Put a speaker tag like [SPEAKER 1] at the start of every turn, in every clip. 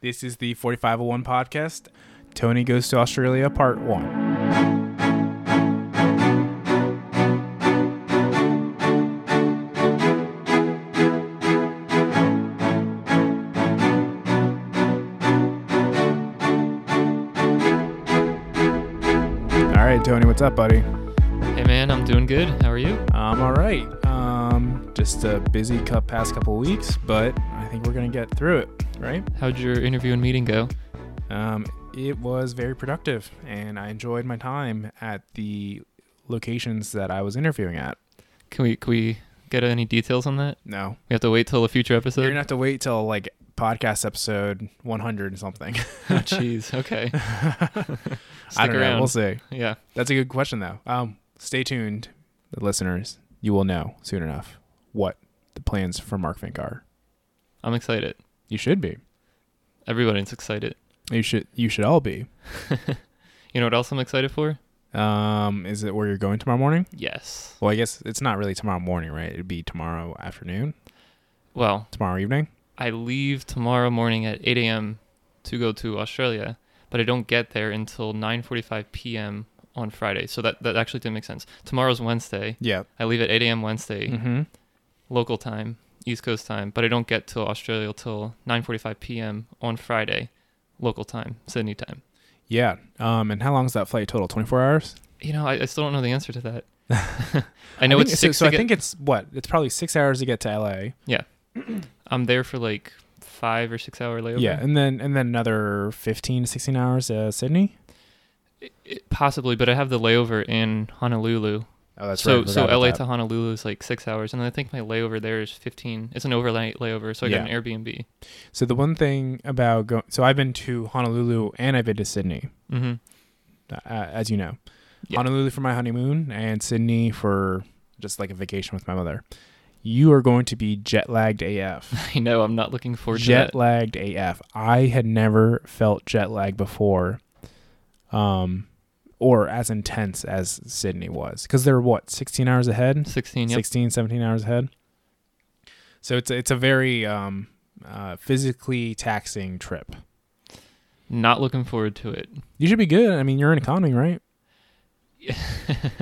[SPEAKER 1] This is the 4501 podcast. Tony Goes to Australia, Part 1. All right, Tony, what's up, buddy?
[SPEAKER 2] Hey man, I'm doing good. How are you?
[SPEAKER 1] I'm all right. Um, just a busy cu- past couple weeks, but I think we're going to get through it, right?
[SPEAKER 2] How'd your interview and meeting go?
[SPEAKER 1] Um, it was very productive, and I enjoyed my time at the locations that I was interviewing at.
[SPEAKER 2] Can we can we get any details on that?
[SPEAKER 1] No,
[SPEAKER 2] We have to wait till a future
[SPEAKER 1] you're
[SPEAKER 2] episode.
[SPEAKER 1] gonna have to wait till like podcast episode 100 or something.
[SPEAKER 2] Oh, Jeez. Okay. Stick
[SPEAKER 1] I don't
[SPEAKER 2] around.
[SPEAKER 1] know. We'll see.
[SPEAKER 2] Yeah.
[SPEAKER 1] That's a good question, though. Um, stay tuned, the listeners. You will know soon enough what the plans for Mark Fink are.
[SPEAKER 2] I'm excited.
[SPEAKER 1] You should be.
[SPEAKER 2] Everybody's excited.
[SPEAKER 1] You should. You should all be.
[SPEAKER 2] You know what else I'm excited for?
[SPEAKER 1] Um, is it where you're going tomorrow morning?
[SPEAKER 2] Yes.
[SPEAKER 1] Well, I guess it's not really tomorrow morning, right? It'd be tomorrow afternoon,
[SPEAKER 2] Well,
[SPEAKER 1] tomorrow evening.
[SPEAKER 2] I leave tomorrow morning at 8 a.m. to go to Australia, but I don't get there until 9:45 p.m. on Friday. So that that actually didn't make sense. Tomorrow's Wednesday.
[SPEAKER 1] Yeah.
[SPEAKER 2] I leave at 8 a.m. Wednesday.
[SPEAKER 1] Mm-hmm.
[SPEAKER 2] local time, East Coast time, but I don't get to Australia till 9:45 p.m. on Friday, local time, Sydney time.
[SPEAKER 1] Yeah. Um, and how long is that flight total? 24 hours?
[SPEAKER 2] You know, I, I still don't know the answer to that. I know
[SPEAKER 1] think-
[SPEAKER 2] it's
[SPEAKER 1] so,
[SPEAKER 2] six.
[SPEAKER 1] so
[SPEAKER 2] to
[SPEAKER 1] I
[SPEAKER 2] get-
[SPEAKER 1] think it's what? It's probably six hours to get to LA.
[SPEAKER 2] I'm there for like five or six hour layover.
[SPEAKER 1] Yeah. And then, and then another 15, 16 hours to Sydney.
[SPEAKER 2] It- it- possibly, but I have the layover in Honolulu.
[SPEAKER 1] Oh, that's
[SPEAKER 2] so
[SPEAKER 1] right. I
[SPEAKER 2] so
[SPEAKER 1] forgot about
[SPEAKER 2] LA
[SPEAKER 1] that.
[SPEAKER 2] to Honolulu is like six hours, and I think my layover there is 15. It's an overnight layover, so I got
[SPEAKER 1] Yeah.
[SPEAKER 2] an Airbnb.
[SPEAKER 1] So the one thing about going, so I've been to Honolulu and I've been to Sydney,
[SPEAKER 2] hmm
[SPEAKER 1] uh, as you know,
[SPEAKER 2] Yeah.
[SPEAKER 1] Honolulu for my honeymoon and Sydney for just like a vacation with my mother. You are going to be jet lagged AF.
[SPEAKER 2] I know I'm not looking forward to
[SPEAKER 1] jet
[SPEAKER 2] that.
[SPEAKER 1] lagged AF. I had never felt jet lag before, um, or as intense as Sydney was, because they're what sixteen hours ahead,
[SPEAKER 2] 16. Yep.
[SPEAKER 1] 16, 17 hours ahead. So it's a, it's a very um, uh, physically taxing trip.
[SPEAKER 2] Not looking forward to it.
[SPEAKER 1] You should be good. I mean, you're in economy, right?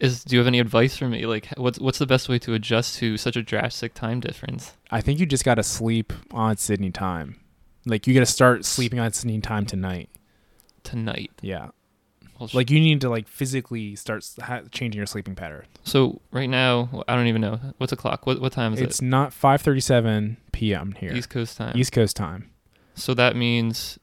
[SPEAKER 2] is do you have any advice for me like what's what's the best way to adjust to such a drastic time difference
[SPEAKER 1] I think you just got to sleep on Sydney time. Like you got to start sleeping on Sydney time tonight.
[SPEAKER 2] tonight
[SPEAKER 1] Yeah,
[SPEAKER 2] Well, sh-
[SPEAKER 1] like you need to like physically start s- ha- changing your sleeping pattern.
[SPEAKER 2] so right now well, i don't even know what's the clock what what time is
[SPEAKER 1] it's not 5:37 p.m.
[SPEAKER 2] it
[SPEAKER 1] here.
[SPEAKER 2] east coast time
[SPEAKER 1] East Coast time.
[SPEAKER 2] so that means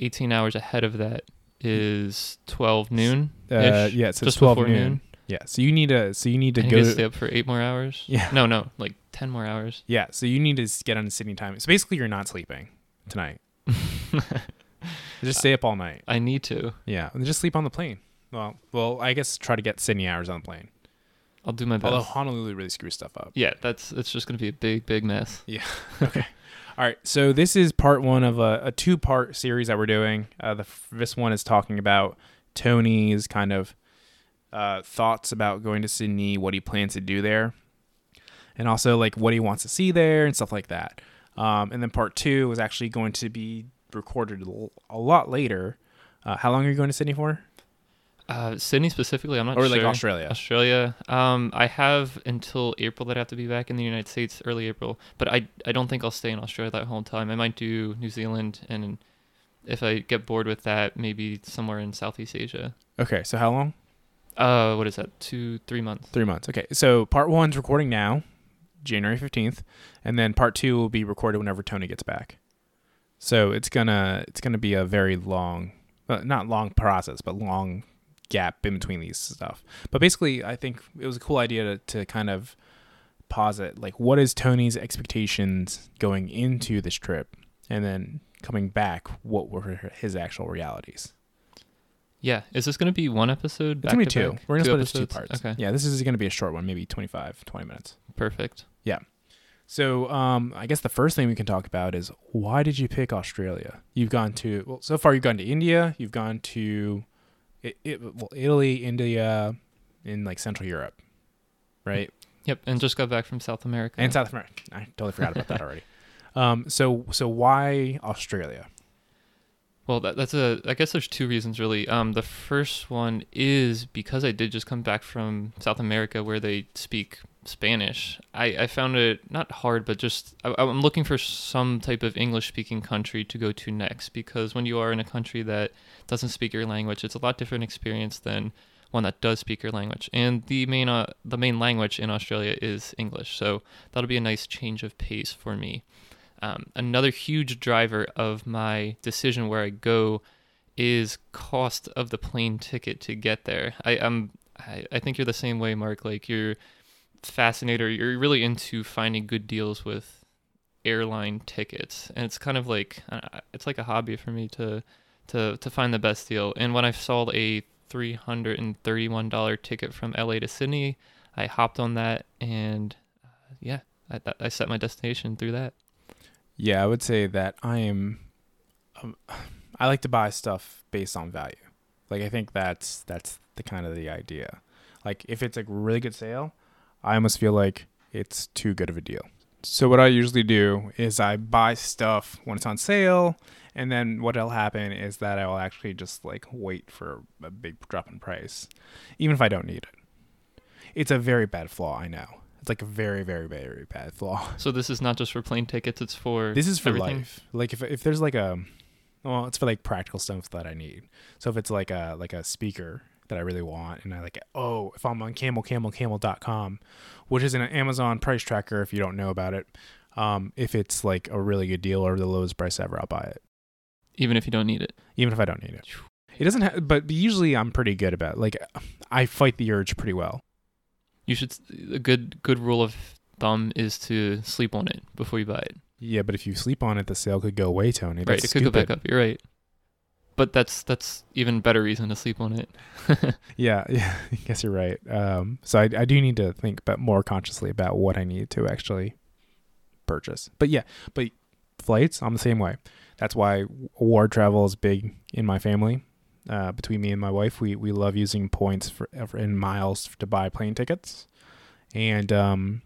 [SPEAKER 2] 18 hours ahead of that is 12 noon
[SPEAKER 1] Uh,
[SPEAKER 2] Ish.
[SPEAKER 1] yeah, so it's
[SPEAKER 2] just
[SPEAKER 1] 12
[SPEAKER 2] before
[SPEAKER 1] noon.
[SPEAKER 2] noon,
[SPEAKER 1] Yeah, so you need to so you need to
[SPEAKER 2] I need
[SPEAKER 1] go.
[SPEAKER 2] to stay up for eight more hours
[SPEAKER 1] Yeah.
[SPEAKER 2] no no like 10 more hours
[SPEAKER 1] yeah, so you need to s- get on Sydney time. So basically, you're not sleeping tonight. just stay up all night.
[SPEAKER 2] i need to
[SPEAKER 1] Yeah, and just sleep on the plane. Well, well, I guess try to get Sydney hours on the plane.
[SPEAKER 2] i'll do my best
[SPEAKER 1] Although Honolulu really screws stuff up.
[SPEAKER 2] yeah that's it's just gonna be a big big mess
[SPEAKER 1] All right, so this is part one of a, a two part series that we're doing. Uh, the f- this one is talking about Tony's kind of uh, thoughts about going to Sydney, what he plans to do there, and also like what he wants to see there and stuff like that. Um, and then part two was actually going to be recorded l- a lot later. Uh, how long are you going to Sydney for?
[SPEAKER 2] uh sydney specifically i'm not
[SPEAKER 1] Or
[SPEAKER 2] sure
[SPEAKER 1] like Australia?
[SPEAKER 2] Australia. Um, I have until April that I have to be back in the United States, early April. But I, I don't think I'll stay in Australia that whole time. I might do New Zealand, and if I get bored with that, maybe somewhere in Southeast Asia.
[SPEAKER 1] Okay, so how long?
[SPEAKER 2] Uh, what is that? Two, three months.
[SPEAKER 1] Three months. Okay, so part one's recording now, January fifteenth, and then part two will be recorded whenever Tony gets back. So it's gonna it's gonna be a very long, uh, not long process, but long gap in between these stuff. But basically, I think it was a cool idea to, to kind of posit like what is Tony's expectations going into this trip, and then coming back, what were his actual realities?
[SPEAKER 2] Yeah. Is this gonna be one episode?
[SPEAKER 1] It's gonna be
[SPEAKER 2] back to
[SPEAKER 1] two.
[SPEAKER 2] back?
[SPEAKER 1] We're gonna split it into two
[SPEAKER 2] episodes?
[SPEAKER 1] parts.
[SPEAKER 2] Okay.
[SPEAKER 1] Yeah, this is gonna be a short one, maybe 25, 20 minutes.
[SPEAKER 2] Perfect.
[SPEAKER 1] So, um, I guess the first thing we can talk about is why did you pick Australia? You've gone to well, so far you've gone to India, you've gone to it, it, well, Italy, India, in like Central Europe, right?
[SPEAKER 2] Yep. And just got back from South America.
[SPEAKER 1] And South America. I totally forgot about that already. Um, so so why Australia?
[SPEAKER 2] Well, that, that's a. I guess there's two reasons really. Um, the first one is because I did just come back from South America where they speak Spanish. I, I found it not hard, but just I, I'm looking for some type of English speaking country to go to next because when you are in a country that doesn't speak your language, it's a lot different experience than one that does speak your language. And the main uh, the main language in Australia is English, so that'll be a nice change of pace for me. Um, another huge driver of my decision where I go is cost of the plane ticket to get there. I um I, I think you're the same way, Mark. Like you're fascinated. or You're really into finding good deals with airline tickets, and it's kind of like uh, it's like a hobby for me to to to find the best deal. And when I saw a three hundred and thirty one dollar ticket from LA to Sydney, I hopped on that, and uh, yeah, I, I set my destination through that.
[SPEAKER 1] Yeah, I would say that I am. Um, I like to buy stuff based on value. Like I think that's that's the kind of the idea. Like if it's a really good sale, I almost feel like it's too good of a deal. So what I usually do is I buy stuff when it's on sale, and then what'll happen is that I will actually just like wait for a big drop in price, even if I don't need it. It's a very bad flaw, I know. It's like a very, very, very bad flaw.
[SPEAKER 2] So this is not just for plane tickets; it's for
[SPEAKER 1] This is for
[SPEAKER 2] everything?
[SPEAKER 1] life. Like if if there's like a well, it's for like practical stuff that I need. So if it's like a like a speaker that I really want and I like oh, if I'm on camelcamelcamel.com, which is an Amazon price tracker if you don't know about it. Um, if it's like a really good deal or the lowest price ever, I'll buy it.
[SPEAKER 2] even if you don't need it.
[SPEAKER 1] Even if I don't need it. It doesn't ha- but usually I'm pretty good about it. like I fight the urge pretty well.
[SPEAKER 2] You should. A good good rule of thumb is to sleep on it before you buy it.
[SPEAKER 1] Yeah, but if you sleep on it, the sale could go away, Tony.
[SPEAKER 2] right,
[SPEAKER 1] That's
[SPEAKER 2] it could go
[SPEAKER 1] stupid.
[SPEAKER 2] back up. You're right. But that's that's even better reason to sleep on it.
[SPEAKER 1] Yeah, yeah, I guess you're right. Um, so I, I do need to think about more consciously about what I need to actually purchase. But yeah, but flights, I'm the same way. That's why award travel is big in my family. Uh, between me and my wife, we we love using points for and miles to buy plane tickets, and um,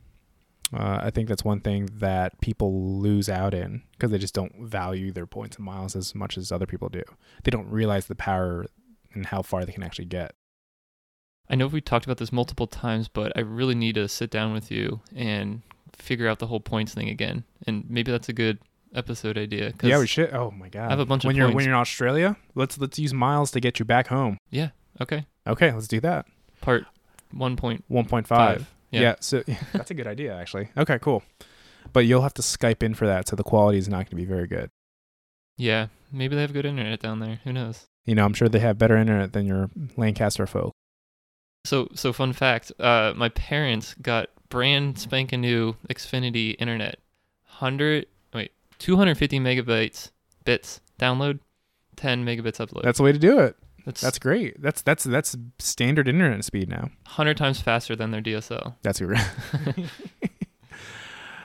[SPEAKER 1] uh, I think that's one thing that people lose out in because they just don't value their points and miles as much as other people do. They don't realize the power and how far they can actually get.
[SPEAKER 2] I know we talked about this multiple times, but I really need to sit down with you and figure out the whole points thing again. And maybe that's a good episode idea. 'cause-
[SPEAKER 1] Yeah, we should. Oh my god.
[SPEAKER 2] have a bunch of
[SPEAKER 1] when you're when
[SPEAKER 2] points.
[SPEAKER 1] you're in Australia. Let's let's use miles to get you back home.
[SPEAKER 2] Yeah. Okay.
[SPEAKER 1] Okay, let's do that.
[SPEAKER 2] Part one point
[SPEAKER 1] One point
[SPEAKER 2] five.
[SPEAKER 1] five. Yeah. So that's a good idea actually. Okay, cool. But you'll have to Skype in for that, so the quality is not going to be very good.
[SPEAKER 2] Yeah. Maybe they have good internet down there. Who knows?
[SPEAKER 1] You know, I'm sure they have better internet than your Lancaster folk.
[SPEAKER 2] So so fun fact, uh, my parents got brand spanking new Xfinity internet, hundred wait two hundred fifty megabytes bits download, ten megabits upload.
[SPEAKER 1] That's the way to do it.
[SPEAKER 2] That's,
[SPEAKER 1] That's great. That's that's that's standard internet speed now.
[SPEAKER 2] hundred times faster than their DSL.
[SPEAKER 1] That's your.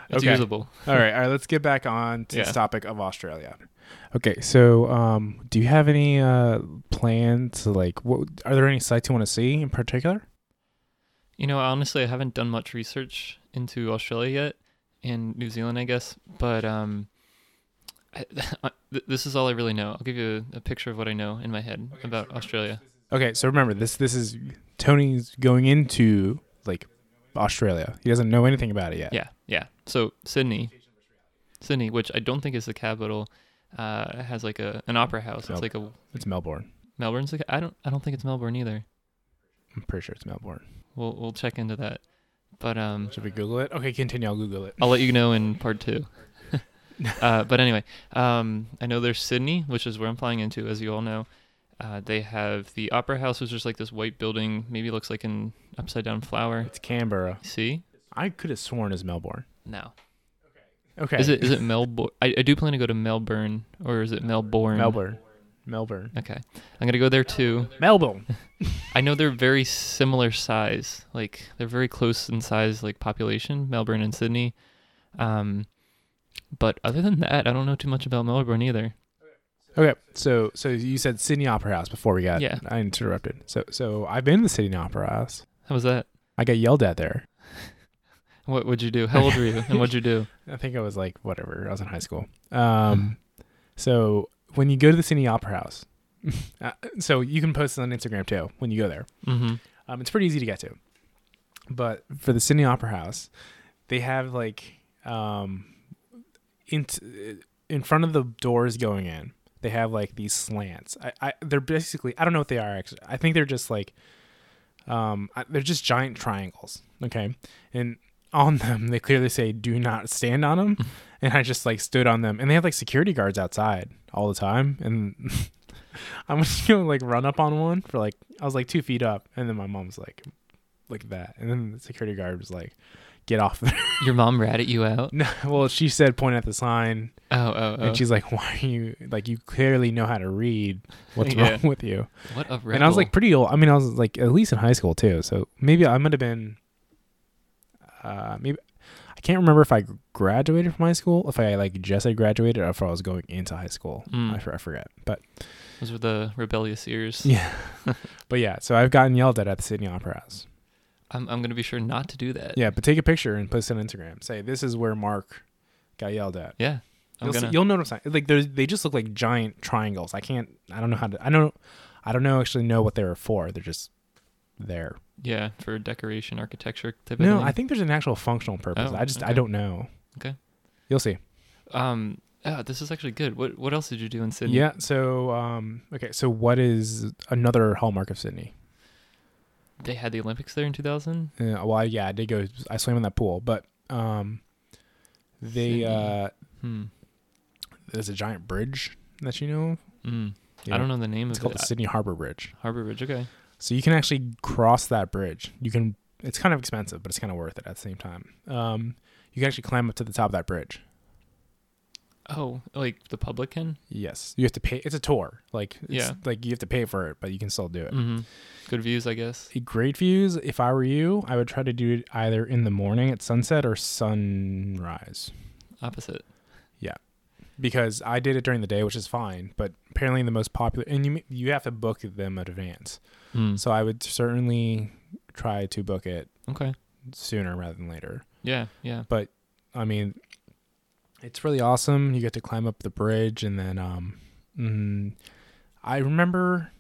[SPEAKER 2] It's
[SPEAKER 1] Okay.
[SPEAKER 2] usable.
[SPEAKER 1] all right, all right. Let's get back on to
[SPEAKER 2] Yeah.
[SPEAKER 1] this topic of Australia. Okay, so um, do you have any uh, plans? Like, what are there any sites you want to see in particular?
[SPEAKER 2] You know, honestly, I haven't done much research into Australia yet and New Zealand, I guess. But um, I, th- this is all I really know. I'll give you a, a picture of what I know in my head about Australia.
[SPEAKER 1] Okay, so remember this. This is Tony's going into like Australia. He doesn't know anything about it yet.
[SPEAKER 2] Yeah, yeah. So Sydney, Sydney, which I don't think is the capital, uh, has like a an opera house. It's
[SPEAKER 1] Nope.
[SPEAKER 2] like a
[SPEAKER 1] It's Melbourne's.
[SPEAKER 2] Melbourne's. Like, I don't I don't think it's Melbourne either.
[SPEAKER 1] I'm pretty sure it's Melbourne.
[SPEAKER 2] We'll we'll check into that. But um,
[SPEAKER 1] Should we Google it? Okay, continue. I'll Google it.
[SPEAKER 2] I'll let you know in part two. uh, but anyway, um, I know there's Sydney, which is where I'm flying into, as you all know. Uh, they have the opera house, which is like this white building, maybe looks like an upside down flower.
[SPEAKER 1] It's Canberra.
[SPEAKER 2] See?
[SPEAKER 1] I could have sworn it's Melbourne.
[SPEAKER 2] No.
[SPEAKER 1] Okay.
[SPEAKER 2] Is it is it Melbourne? I, I do plan to go to Melbourne, or is it Melbourne?
[SPEAKER 1] Melbourne? Melbourne.
[SPEAKER 2] Okay. I'm going to go there too.
[SPEAKER 1] Melbourne.
[SPEAKER 2] I know they're very similar size. Like they're very close in size like population, Melbourne and Sydney. Um but other than that, I don't know too much about Melbourne either.
[SPEAKER 1] Okay, so so you said Sydney Opera House before we got
[SPEAKER 2] Yeah.
[SPEAKER 1] I interrupted. So so I've been to the Sydney Opera House.
[SPEAKER 2] How was that?
[SPEAKER 1] I got yelled at there.
[SPEAKER 2] What would you do? How old were you and what'd you do?
[SPEAKER 1] I think I was like whatever. I was in high school. Um, so when you go to the Sydney Opera House, uh, so you can post this on Instagram too when you go there.
[SPEAKER 2] Mm-hmm.
[SPEAKER 1] Um, it's pretty easy to get to. But for the Sydney Opera House, they have like um, in uh, in front of the doors going in, they have like these slants. I, I they're basically I don't know what they are actually. I think they're just like um, I- they're just giant triangles. Okay, and on them they clearly say "Do not stand on them," and I just like stood on them, and they have like security guards outside all the time, and I'm just gonna like run up on one for like I was like two feet up, and then my mom's like like that, and then the security guard was like, "Get off there!"
[SPEAKER 2] Your mom ratted you out.
[SPEAKER 1] no, well, she said point at the sign,
[SPEAKER 2] Oh, oh, oh.
[SPEAKER 1] and she's like, "Why are you like you clearly know how to read? What's
[SPEAKER 2] Yeah.
[SPEAKER 1] wrong with you?"
[SPEAKER 2] what a rebel.
[SPEAKER 1] And I was like pretty old. I mean, I was like at least in high school too. So maybe I might have been. Uh, maybe I can't remember if I graduated from high school, if I like just had graduated, or if I was going into high school.
[SPEAKER 2] Mm.
[SPEAKER 1] I, for- I forget, but
[SPEAKER 2] those were the rebellious ears.
[SPEAKER 1] yeah, but yeah. So I've gotten yelled at at the Sydney Opera House.
[SPEAKER 2] I'm, I'm gonna be sure not to do that.
[SPEAKER 1] Yeah, but take a picture and post it on Instagram. Say this is where Mark got yelled at.
[SPEAKER 2] Yeah. I'm
[SPEAKER 1] You'll, see-
[SPEAKER 2] gonna.
[SPEAKER 1] you'll know what I'm saying. Like there's, they just look like giant triangles. I can't. I don't know how to. I don't. I don't know actually know what they were for. They're just there.
[SPEAKER 2] yeah, for decoration, architecture type of
[SPEAKER 1] No,
[SPEAKER 2] thing.
[SPEAKER 1] I think there's an actual functional purpose.
[SPEAKER 2] Oh,
[SPEAKER 1] I just I
[SPEAKER 2] okay.
[SPEAKER 1] don't know.
[SPEAKER 2] Okay.
[SPEAKER 1] You'll see.
[SPEAKER 2] um. ah, this is actually good. What What else did you do in Sydney?
[SPEAKER 1] Yeah. So um okay, so what is another hallmark of Sydney?
[SPEAKER 2] They had the Olympics there in 2000.
[SPEAKER 1] Uh, well, yeah, I did go I swam in that pool, but um they
[SPEAKER 2] Sydney.
[SPEAKER 1] uh
[SPEAKER 2] Hmm.
[SPEAKER 1] there's a giant bridge that you know. of.
[SPEAKER 2] Mm.
[SPEAKER 1] Yeah.
[SPEAKER 2] I don't know the name
[SPEAKER 1] It's
[SPEAKER 2] of
[SPEAKER 1] called
[SPEAKER 2] it.
[SPEAKER 1] the Sydney Harbor Bridge.
[SPEAKER 2] Harbor Bridge. Okay.
[SPEAKER 1] So you can actually cross that bridge. You can it's kind of expensive, but it's kind of worth it at the same time. Um you can actually climb up to the top of that bridge.
[SPEAKER 2] Oh, like the public can.
[SPEAKER 1] Yes. You have to pay it's a tour. Like it's
[SPEAKER 2] Yeah.
[SPEAKER 1] like you have to pay for it, but you can still do it.
[SPEAKER 2] Mm-hmm. Good views, I guess.
[SPEAKER 1] great views. If I were you, I would try to do it either in the morning at sunset or sunrise
[SPEAKER 2] Opposite.
[SPEAKER 1] because I did it during the day, which is fine. But apparently, the most popular and you you have to book them in advance.
[SPEAKER 2] Mm.
[SPEAKER 1] So I would certainly try to book it
[SPEAKER 2] Okay.
[SPEAKER 1] sooner rather than later.
[SPEAKER 2] Yeah. Yeah.
[SPEAKER 1] I mean, it's really awesome. You get to climb up the bridge, and then um, mm, I remember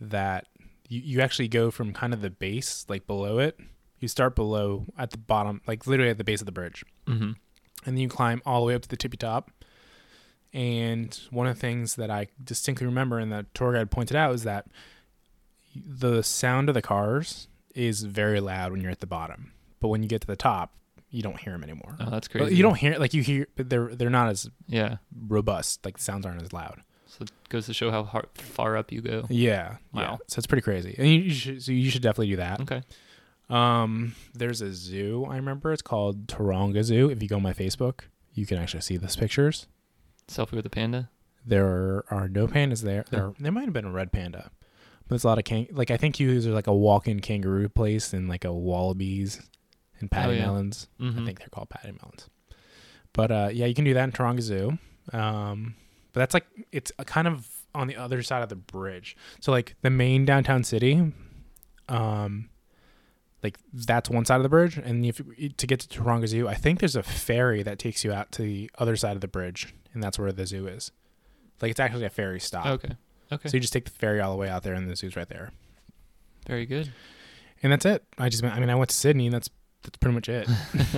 [SPEAKER 1] that you, you actually go from kind of the base, like below it. You start below at the bottom, like literally at the base of the bridge,
[SPEAKER 2] Mm-hmm.
[SPEAKER 1] and then you climb all the way up to the tippy top. And one of the things that I distinctly remember, and that tour guide pointed out, is that the sound of the cars is very loud when you're at the bottom, but when you get to the top, you don't hear them anymore.
[SPEAKER 2] Oh, that's
[SPEAKER 1] Well,
[SPEAKER 2] crazy.
[SPEAKER 1] You don't hear like you hear, but they're they're not as
[SPEAKER 2] Yeah.
[SPEAKER 1] robust. Like the sounds aren't as loud.
[SPEAKER 2] So it goes to show how har far up you go.
[SPEAKER 1] Yeah.
[SPEAKER 2] Oh. Wow.
[SPEAKER 1] yeah. So it's pretty crazy, and you, you should so you should definitely do that.
[SPEAKER 2] Okay. Mm-hmm.
[SPEAKER 1] Um, there's a zoo I remember. It's called Taronga Zoo. If you go on my Facebook, you can actually see these pictures.
[SPEAKER 2] Selfie with a panda.
[SPEAKER 1] There are no pandas there. There there might have been a red panda, but there's a lot of kang. Like I think you there's like a walk-in kangaroo place and like a wallabies and patty
[SPEAKER 2] Oh, yeah.
[SPEAKER 1] melons.
[SPEAKER 2] Mm-hmm.
[SPEAKER 1] I think they're called patty melons. But uh, yeah, you can do that in Taronga Zoo. Um, but that's like it's a kind of on the other side of the bridge. So like the main downtown city, um, like that's one side of the bridge, and if to get to Taronga Zoo, I think there's a ferry that takes you out to the other side of the bridge, and that's where the zoo is. Like it's actually a ferry stop.
[SPEAKER 2] Okay. Okay.
[SPEAKER 1] So you just take the ferry all the way out there, and the zoo's right there.
[SPEAKER 2] Very good.
[SPEAKER 1] And that's it. I just, went- I mean, I went to Sydney, and that's that's pretty much it.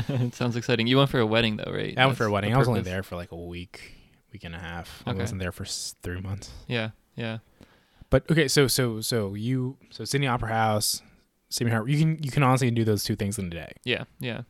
[SPEAKER 2] it sounds exciting. You went for a wedding though, right?
[SPEAKER 1] I went for
[SPEAKER 2] That's
[SPEAKER 1] a
[SPEAKER 2] the
[SPEAKER 1] wedding. I was only
[SPEAKER 2] purpose.
[SPEAKER 1] there for like a week, week and a half. I
[SPEAKER 2] Okay.
[SPEAKER 1] wasn't there for s- three months.
[SPEAKER 2] Yeah. Yeah.
[SPEAKER 1] But okay, so so so you so Sydney Opera House, Sydney Harbor. You can you can honestly do those two things in a day.
[SPEAKER 2] Yeah. Yeah.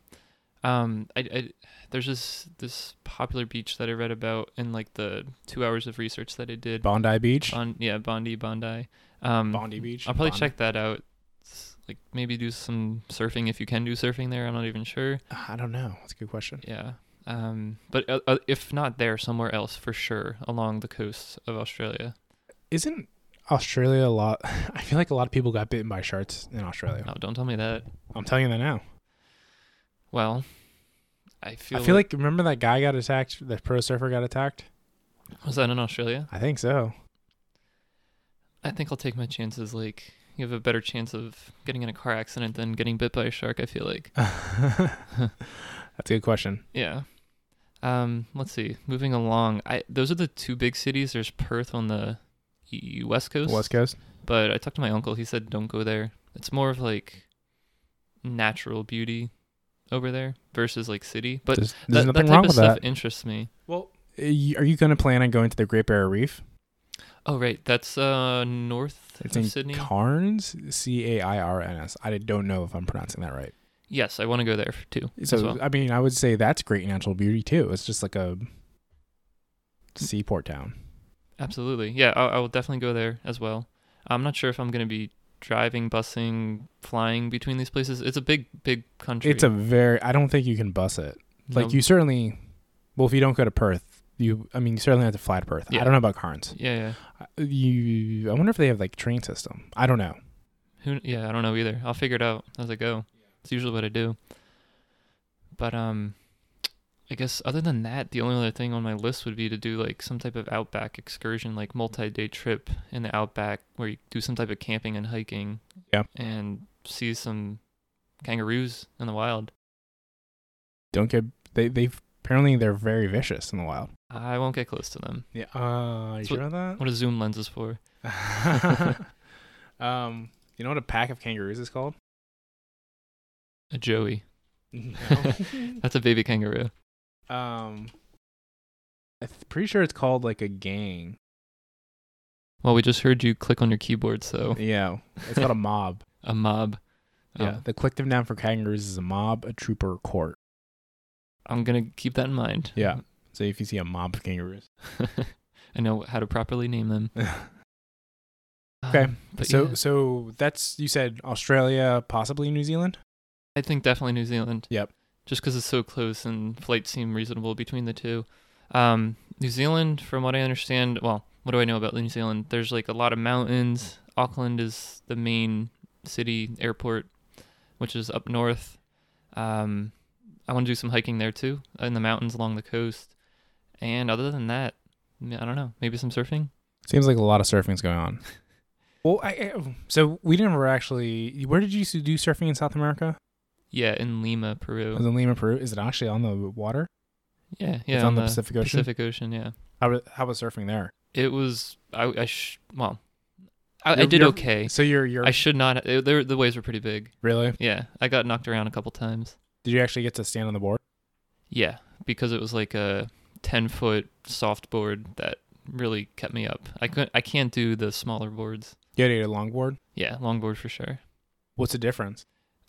[SPEAKER 2] Um, I, I, there's this this popular beach that I read about in like the two hours of research that I did.
[SPEAKER 1] Bondi Beach,
[SPEAKER 2] Bon- yeah, Bondi, Bondi. Um,
[SPEAKER 1] Bondi Beach.
[SPEAKER 2] I'll probably
[SPEAKER 1] Bondi.
[SPEAKER 2] check that out. S- Like maybe do some surfing if you can do surfing there. I'm not even sure.
[SPEAKER 1] I don't know. That's a good question.
[SPEAKER 2] Yeah. Um, but uh, uh, if not there, somewhere else for sure along the coasts of Australia.
[SPEAKER 1] Isn't Australia a lot? I feel like a lot of people got bitten by sharks in Australia.
[SPEAKER 2] No, don't tell me that.
[SPEAKER 1] I'm telling you that now.
[SPEAKER 2] Well, I feel.
[SPEAKER 1] I feel like remember that guy got attacked. The pro surfer got attacked.
[SPEAKER 2] was that in Australia?
[SPEAKER 1] I think so.
[SPEAKER 2] I think I'll take my chances. Like you have a better chance of getting in a car accident than getting bit by a shark. I feel like.
[SPEAKER 1] that's a good question.
[SPEAKER 2] Yeah. Um, let's see. Moving along, I those are the two big cities. There's Perth on the e- west coast.
[SPEAKER 1] West Coast.
[SPEAKER 2] But I talked to my uncle. He said don't go there. It's more of like natural beauty over there versus like city. But
[SPEAKER 1] there's
[SPEAKER 2] that,
[SPEAKER 1] there's
[SPEAKER 2] that
[SPEAKER 1] nothing
[SPEAKER 2] type
[SPEAKER 1] wrong
[SPEAKER 2] of
[SPEAKER 1] with
[SPEAKER 2] stuff
[SPEAKER 1] that.
[SPEAKER 2] interests me.
[SPEAKER 1] Well, are you going to plan on going to the Great Barrier Reef?
[SPEAKER 2] Oh right, that's uh north
[SPEAKER 1] It's
[SPEAKER 2] of
[SPEAKER 1] in
[SPEAKER 2] Sydney.
[SPEAKER 1] Cairns, C A I R N S. I don't know if I'm pronouncing that right.
[SPEAKER 2] yes, I want to go there f- too. as
[SPEAKER 1] So
[SPEAKER 2] well.
[SPEAKER 1] I mean, I would say that's great natural beauty too. It's just like a seaport town.
[SPEAKER 2] Absolutely. Yeah, I, I will definitely go there as well. I'm not sure if I'm going to be driving, busing, flying between these places. It's a big, big country.
[SPEAKER 1] It's a very. I don't think you can bus it. Like
[SPEAKER 2] No-
[SPEAKER 1] you certainly. Well, if you don't go to Perth, you. I mean, you certainly have to fly to Perth.
[SPEAKER 2] Yeah.
[SPEAKER 1] I don't know about Cairns.
[SPEAKER 2] Yeah, yeah.
[SPEAKER 1] I- You. I wonder if they have like train system. I don't know.
[SPEAKER 2] Who? Yeah, I don't know either. I'll figure it out as I go. It's usually what I do. But um, I guess other than that, the only other thing on my list would be to do like some type of outback excursion, like multi-day trip in the outback, where you do some type of camping and hiking.
[SPEAKER 1] Yeah.
[SPEAKER 2] And see some kangaroos in the wild.
[SPEAKER 1] Don't get. They. They. Apparently, they're very vicious in the wild.
[SPEAKER 2] I won't get close to them.
[SPEAKER 1] Yeah. Uh, are you
[SPEAKER 2] So-
[SPEAKER 1] sure about
[SPEAKER 2] What a zoom lens is for.
[SPEAKER 1] that? um. You know what a pack of kangaroos is called?
[SPEAKER 2] A joey. That's a baby kangaroo.
[SPEAKER 1] um. I'm pretty sure it's called like a gang.
[SPEAKER 2] Well, we just heard you click on your keyboard, so
[SPEAKER 1] Yeah. It's called a mob. Uh,
[SPEAKER 2] a mob. Oh,
[SPEAKER 1] Yeah. The collective noun for kangaroos is a mob, a trooper, a court.
[SPEAKER 2] I'm going to keep that in mind.
[SPEAKER 1] Yeah. So if you see a mob of kangaroos.
[SPEAKER 2] I know how to properly name them.
[SPEAKER 1] Okay,
[SPEAKER 2] Um, but
[SPEAKER 1] so
[SPEAKER 2] yeah,
[SPEAKER 1] so that's you said Australia, possibly New Zealand.
[SPEAKER 2] I think definitely New Zealand.
[SPEAKER 1] Yep.
[SPEAKER 2] Just because it's so close and flights seem reasonable between the two. Um, New Zealand, from what I understand, well, what do I know about New Zealand? There's like a lot of mountains. Auckland is the main city airport, which is up north. Um, I want to do some hiking there too, in the mountains along the coast. And other than that, I don't know, maybe some surfing.
[SPEAKER 1] Seems like a lot of surfing's going on. well, I, I- so we never actually. Where did you s- do surfing in South America?
[SPEAKER 2] Yeah, in Lima,
[SPEAKER 1] It
[SPEAKER 2] Peru.
[SPEAKER 1] was in Lima, Peru. Is it actually on the water?
[SPEAKER 2] Yeah, yeah.
[SPEAKER 1] it's on, the Pacific Ocean.
[SPEAKER 2] Pacific Ocean, yeah.
[SPEAKER 1] How was how was surfing there?
[SPEAKER 2] It was I I sh- well, I, I
[SPEAKER 1] You're-
[SPEAKER 2] did
[SPEAKER 1] you're-
[SPEAKER 2] okay.
[SPEAKER 1] So you're you're
[SPEAKER 2] I should not. It, there, the waves were pretty big.
[SPEAKER 1] really?
[SPEAKER 2] Yeah, I got knocked around a couple times.
[SPEAKER 1] Did you actually get to stand on the board?
[SPEAKER 2] Yeah, because it was like a ten foot soft board that really kept me up. I couldn't. I can't do the smaller boards.
[SPEAKER 1] You had a longboard.
[SPEAKER 2] Yeah, long board for sure.
[SPEAKER 1] What's the difference?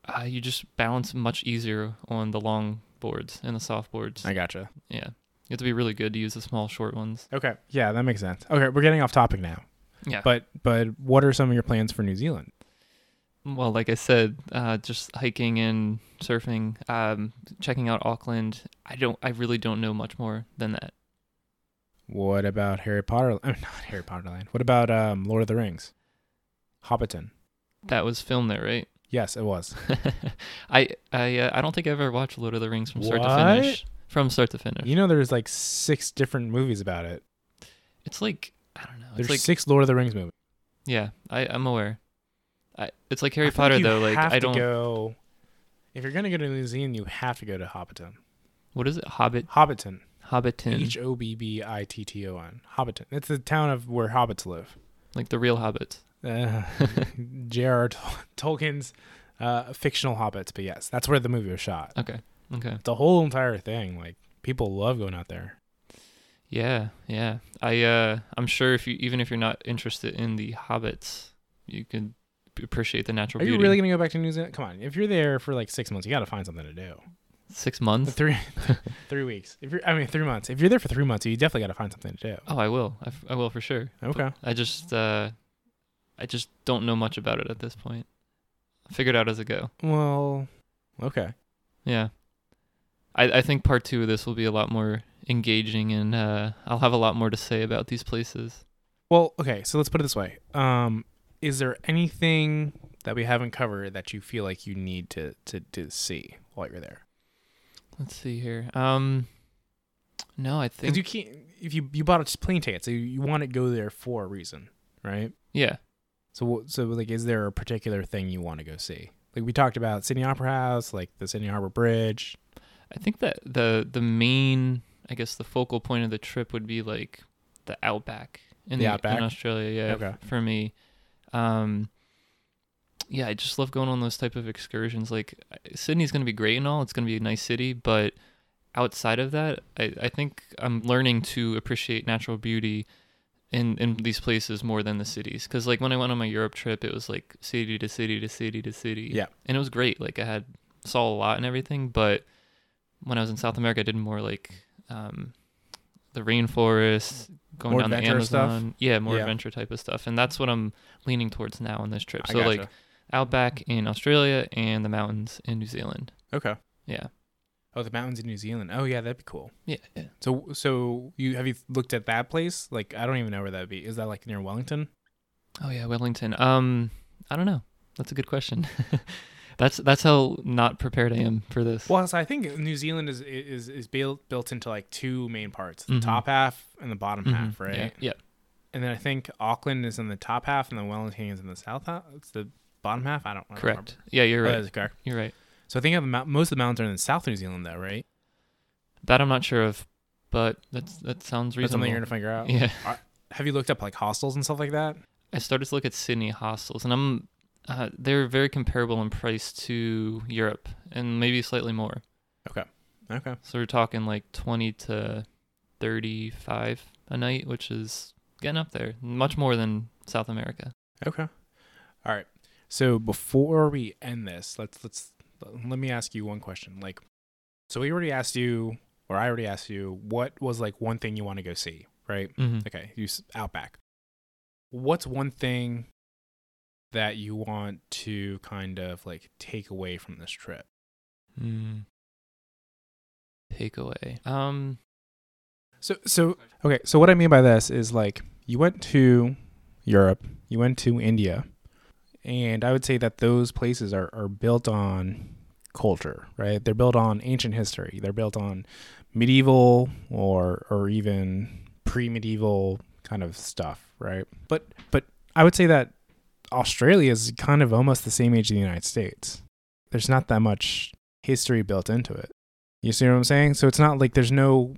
[SPEAKER 2] Uh, you just balance much easier on the long boards and the soft boards.
[SPEAKER 1] I gotcha.
[SPEAKER 2] yeah, you have to be really good to use the small short ones.
[SPEAKER 1] Okay. Yeah, that makes sense. Okay, we're getting off topic now.
[SPEAKER 2] Yeah.
[SPEAKER 1] But but what are some of your plans for New Zealand?
[SPEAKER 2] well, like I said, uh, just hiking and surfing, um, checking out Auckland. I don't, I really don't know much more than that.
[SPEAKER 1] What about Harry Potter? I mean, not Harry Potter Land. What about um, Lord of the Rings? Hobbiton.
[SPEAKER 2] That was filmed there, right?
[SPEAKER 1] Yes, it was.
[SPEAKER 2] I, I, uh, I don't think I ever watched Lord of the Rings from start to
[SPEAKER 1] What?
[SPEAKER 2] finish. From start to finish,
[SPEAKER 1] You know, there's like six different movies about it.
[SPEAKER 2] it's like I don't know. It's
[SPEAKER 1] There's
[SPEAKER 2] like
[SPEAKER 1] six Lord of the Rings movies.
[SPEAKER 2] yeah, I, I'm aware. I, it's like Harry
[SPEAKER 1] I feel
[SPEAKER 2] Potter
[SPEAKER 1] you
[SPEAKER 2] though. Like
[SPEAKER 1] have
[SPEAKER 2] I
[SPEAKER 1] to
[SPEAKER 2] don't.
[SPEAKER 1] go. If you're gonna go to New Zealand, you have to go to Hobbiton.
[SPEAKER 2] What is it? Hobbit,
[SPEAKER 1] Hobbiton.
[SPEAKER 2] Hobbiton,
[SPEAKER 1] H o b b i t t o n. Hobbiton. It's the town of where hobbits live.
[SPEAKER 2] like the real hobbits.
[SPEAKER 1] Uh, J.R.R. Tol- Tolkien's uh, fictional hobbits, but yes, that's where the movie was shot.
[SPEAKER 2] Okay, okay.
[SPEAKER 1] The whole entire thing, like people love going out there.
[SPEAKER 2] Yeah, yeah. I uh I'm sure if you even if you're not interested in the hobbits, you can appreciate the natural
[SPEAKER 1] Are
[SPEAKER 2] beauty.
[SPEAKER 1] you really gonna go back to New Zealand? Come on, if you're there for like six months, you got to find something to do.
[SPEAKER 2] Six
[SPEAKER 1] The
[SPEAKER 2] months?
[SPEAKER 1] Three, three weeks. If you're, I mean, three months. If you're there for three months, you definitely got to find something to
[SPEAKER 2] Oh, I will. I, f- I will for sure.
[SPEAKER 1] do. Okay.
[SPEAKER 2] I just uh I just don't know much about it at this point. Figure it out as I go.
[SPEAKER 1] Well, okay.
[SPEAKER 2] Yeah. I I think part 2 of this will be a lot more engaging and uh I'll have a lot more to say about these places.
[SPEAKER 1] Well, okay. So let's put it this way. Um, is there anything that we haven't covered that you feel like you need to to to see while you're there?
[SPEAKER 2] Let's see here. Um No, I
[SPEAKER 1] Because
[SPEAKER 2] think
[SPEAKER 1] you can't. If you you bought a plane ticket, so you, you want to go there for a reason, right?
[SPEAKER 2] Yeah.
[SPEAKER 1] So wh- so like, is there a particular thing you want to go see? Like we talked about Sydney Opera House, like the Sydney Harbor Bridge.
[SPEAKER 2] I think that the the main I guess the focal point of the trip would be like the outback in
[SPEAKER 1] The
[SPEAKER 2] the-
[SPEAKER 1] outback?
[SPEAKER 2] in Australia. Yeah,
[SPEAKER 1] Okay.
[SPEAKER 2] f- for me, um, yeah, I just love going on those type of excursions. Like I- Sydney's going to be great and all; it's going to be a nice city, but outside of that, I, I think I'm learning to appreciate natural beauty in in these places more than the cities. Because like when I went on my Europe trip, it was like city to city to city to city.
[SPEAKER 1] Yeah.
[SPEAKER 2] and it was great. Like I had saw a lot and everything, but when I was in South America, I did more like um, the rainforest, going
[SPEAKER 1] More
[SPEAKER 2] down the
[SPEAKER 1] adventure stuff?
[SPEAKER 2] Amazon. Yeah, more
[SPEAKER 1] Yeah.
[SPEAKER 2] adventure type of stuff, and that's what I'm leaning towards now on this trip.
[SPEAKER 1] I
[SPEAKER 2] So like
[SPEAKER 1] gotcha.
[SPEAKER 2] outback in Australia and the mountains in New Zealand.
[SPEAKER 1] okay.
[SPEAKER 2] Yeah,
[SPEAKER 1] Oh, the mountains in New Zealand. Oh yeah, that'd be cool.
[SPEAKER 2] yeah, yeah.
[SPEAKER 1] So so you have you looked at that place? Like I don't even know where that'd be. Is that like near Wellington?
[SPEAKER 2] Oh yeah, Wellington. Um, I don't know. That's a good question. that's that's how not prepared I am for this.
[SPEAKER 1] Well, so I think New Zealand is is is built built into like two main parts: the
[SPEAKER 2] Mhm.
[SPEAKER 1] top half and the bottom
[SPEAKER 2] Mhm,
[SPEAKER 1] half, right?
[SPEAKER 2] Yeah. yeah.
[SPEAKER 1] And then I think Auckland is in the top half, and then Wellington is in the south half. It's the bottom half. I don't. I don't
[SPEAKER 2] Correct. Yeah, you're
[SPEAKER 1] Remember. Oh,
[SPEAKER 2] right.
[SPEAKER 1] that is correct.
[SPEAKER 2] You're right.
[SPEAKER 1] So I think of the mou- most of the mountains are in south New Zealand, though, right?
[SPEAKER 2] That I'm not sure of, but that's that sounds
[SPEAKER 1] That's
[SPEAKER 2] reasonable.
[SPEAKER 1] something you're gonna figure out.
[SPEAKER 2] yeah.
[SPEAKER 1] Have you looked up like hostels and stuff like that?
[SPEAKER 2] I started to look at Sydney hostels, and I'm uh, they're very comparable in price to Europe, and maybe slightly more.
[SPEAKER 1] Okay.
[SPEAKER 2] So we're talking like twenty to thirty-five a night, which is getting up there, much more than South America.
[SPEAKER 1] Okay. All right. So before we end this, let's let's let me ask you one question. Like, so we already asked you, or I already asked you, what was like one thing you want to go see, right?
[SPEAKER 2] Mm-hmm.
[SPEAKER 1] Okay, you s- Outback. What's one thing that you want to kind of like take away from this trip?
[SPEAKER 2] Mm. Takeaway. Um.
[SPEAKER 1] So so okay, so what I mean by this is like you went to Europe, you went to India, and I would say that those places are, are built on culture, right? They're built on ancient history. They're built on medieval or or even pre medieval kind of stuff, right? But but I would say that Australia is kind of almost the same age as the United States. There's not that much history built into it. You see what I'm saying? So it's not like there's no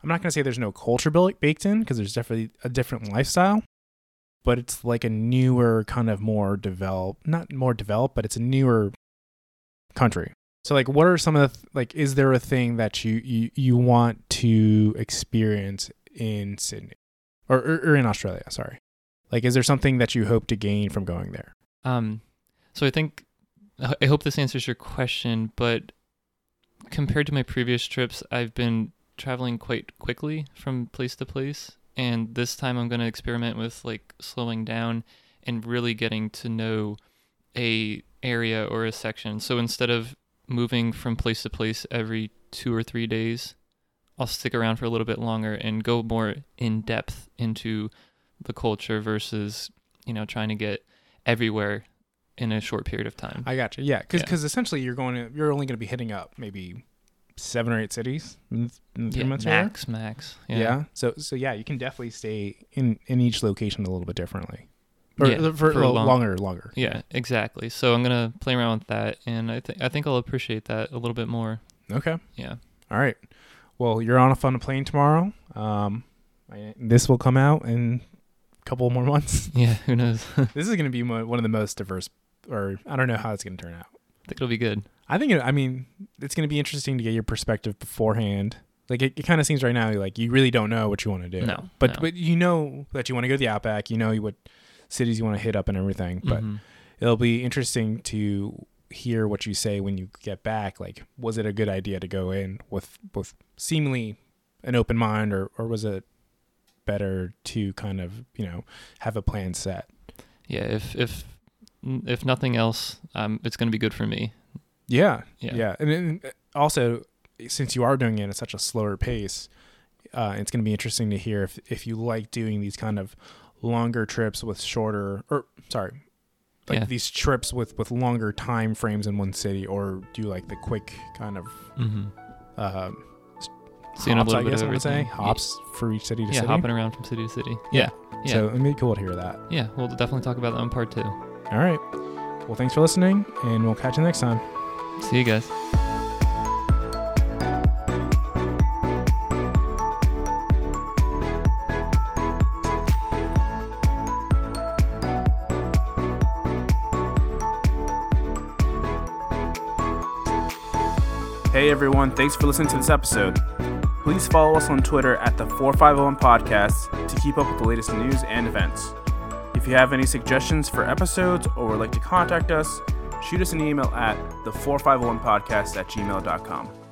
[SPEAKER 1] I'm not going to say there's no culture bil- baked in because there's definitely a different lifestyle, but it's like a newer kind of more developed, not more developed, but it's a newer country. So like what are some of the th- like is there a thing that you you, you want to experience in Sydney or, or or in Australia, sorry. Like is there something that you hope to gain from going there?
[SPEAKER 2] Um. So I think I I hope this answers your question, but compared to my previous trips, I've been traveling quite quickly from place to place, and this time I'm going to experiment with like slowing down and really getting to know a area or a section. So instead of moving from place to place every 2 or 3 days, I'll stick around for a little bit longer and go more in depth into the culture versus, you know, trying to get everywhere in a short period of time.
[SPEAKER 1] I gotcha. Yeah, because
[SPEAKER 2] Yeah.
[SPEAKER 1] essentially you're going to you're only going to be hitting up maybe seven or eight cities in, th- in three
[SPEAKER 2] yeah,
[SPEAKER 1] months. or whatever.
[SPEAKER 2] max, max.
[SPEAKER 1] Yeah. So so yeah, you can definitely stay in in each location a little bit differently, or
[SPEAKER 2] Yeah,
[SPEAKER 1] uh, for,
[SPEAKER 2] for
[SPEAKER 1] uh,
[SPEAKER 2] long-
[SPEAKER 1] longer, longer.
[SPEAKER 2] Yeah, exactly. So I'm gonna play around with that, and I think I think I'll appreciate that a little bit more.
[SPEAKER 1] Okay.
[SPEAKER 2] Yeah.
[SPEAKER 1] All right. Well, you're on a fun plane tomorrow. Um, I, this will come out in a couple more months.
[SPEAKER 2] Yeah. Who knows? I
[SPEAKER 1] this is going to be mo- one of the most diverse, or I don't know how it's going to turn out.
[SPEAKER 2] think it'll be good.
[SPEAKER 1] I think it, I mean it's going to be interesting to get your perspective beforehand. Like it, it kind of seems right now like you really don't know what you want to do.
[SPEAKER 2] No,
[SPEAKER 1] But
[SPEAKER 2] no.
[SPEAKER 1] but you know that you want to go to the outback. You know what cities you want to hit up and everything. But
[SPEAKER 2] Mhm.
[SPEAKER 1] it'll be interesting to hear what you say when you get back like was it a good idea to go in with with seemingly an open mind or or was it better to kind of you know have a plan set
[SPEAKER 2] yeah, if if if nothing else, um, it's gonna be good for me.
[SPEAKER 1] yeah yeah,
[SPEAKER 2] Yeah.
[SPEAKER 1] and then uh, also since you are doing it at such a slower pace uh it's going to be interesting to hear if if you like doing these kind of longer trips with shorter or sorry like
[SPEAKER 2] Yeah.
[SPEAKER 1] these trips with with longer time frames in one city or do you like the quick kind of
[SPEAKER 2] Mm-hmm.
[SPEAKER 1] uh,
[SPEAKER 2] Seeing
[SPEAKER 1] hops,
[SPEAKER 2] a
[SPEAKER 1] I
[SPEAKER 2] little bit
[SPEAKER 1] guess
[SPEAKER 2] of
[SPEAKER 1] I would say
[SPEAKER 2] everything.
[SPEAKER 1] hops for each city to
[SPEAKER 2] Yeah,
[SPEAKER 1] city.
[SPEAKER 2] hopping around from city to city.
[SPEAKER 1] Yeah.
[SPEAKER 2] Yeah. Yeah.
[SPEAKER 1] So it'd be cool to hear that.
[SPEAKER 2] yeah. We'll definitely talk about that in part two.
[SPEAKER 1] All right. Well, thanks for listening, and we'll catch you next time.
[SPEAKER 2] See you guys.
[SPEAKER 1] Hey everyone, thanks for listening to this episode. Please follow us on Twitter at the 451 Podcast to keep up with the latest news and events. If you have any suggestions for episodes or would like to contact us, shoot us an email oh at the451podcast at gmail.com.